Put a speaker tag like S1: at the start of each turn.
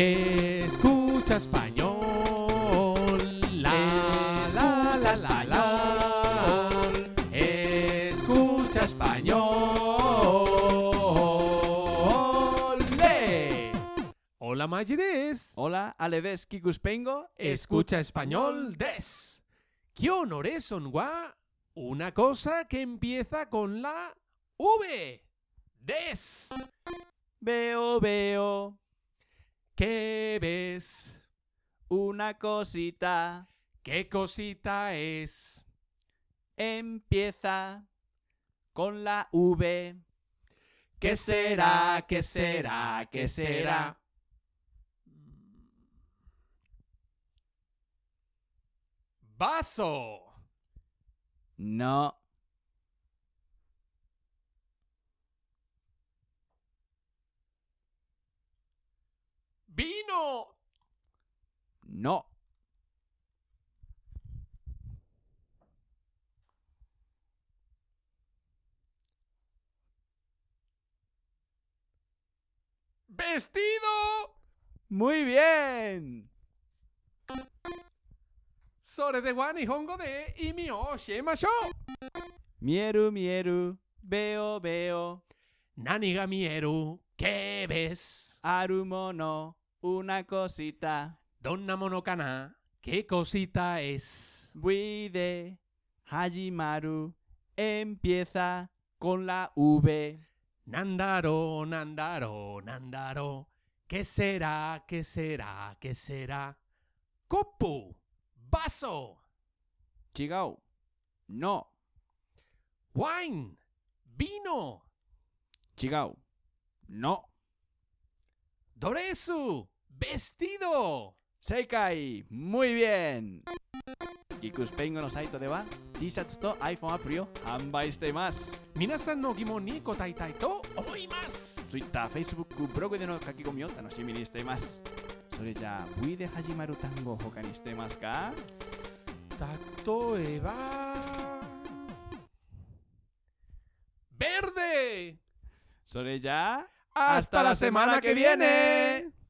S1: Escucha español. La, la, la, la, la. Escucha español. ¡Le! Hola, Magides.
S2: Hola, Aledes Kikuspengo.
S1: Escucha español des. ¿Qué honores son gua? Una cosa que empieza con la V. Des.
S2: Veo, veo
S1: ¿Qué ves?
S2: una cosita.
S1: ¿Qué cosita es?
S2: Empieza con la V.
S1: ¿Qué será? ¿Qué será? ¿Qué será? Mm. Vaso.
S2: No.
S1: Vino.
S2: No.
S1: Vestido.
S2: Muy bien.
S1: Sore de guan y hongo de y mi o shema show.
S2: Mieru, mieru. Veo, veo.
S1: Nani ga mieru. ¿Qué ves?
S2: Arumono. Una cosita.
S1: Donna monocana. ¿Qué cosita es?
S2: Buide. Hajimaru. Empieza con la V.
S1: Nandaro, Nandaro, Nandaro. ¿Qué será? ¿Qué será? ¿Qué será? Copu. Vaso.
S2: Chigao. No.
S1: Wine. Vino.
S2: Chigao. No.
S1: Doresu. Vestido.
S2: Seikai. Muy bien. Kikuspengo no saito de wa, T-shirts to iPhone app を販売しています。
S1: Minasan no gimon ni kotai to omoimasu.
S2: Twitter、Facebook、ブログでの書き込みを楽しみにしています。それじゃあ、V で始まる単語を他にしていますか
S1: Tactoeba. Verde.
S2: それじゃあ、
S1: Hasta la semana que viene.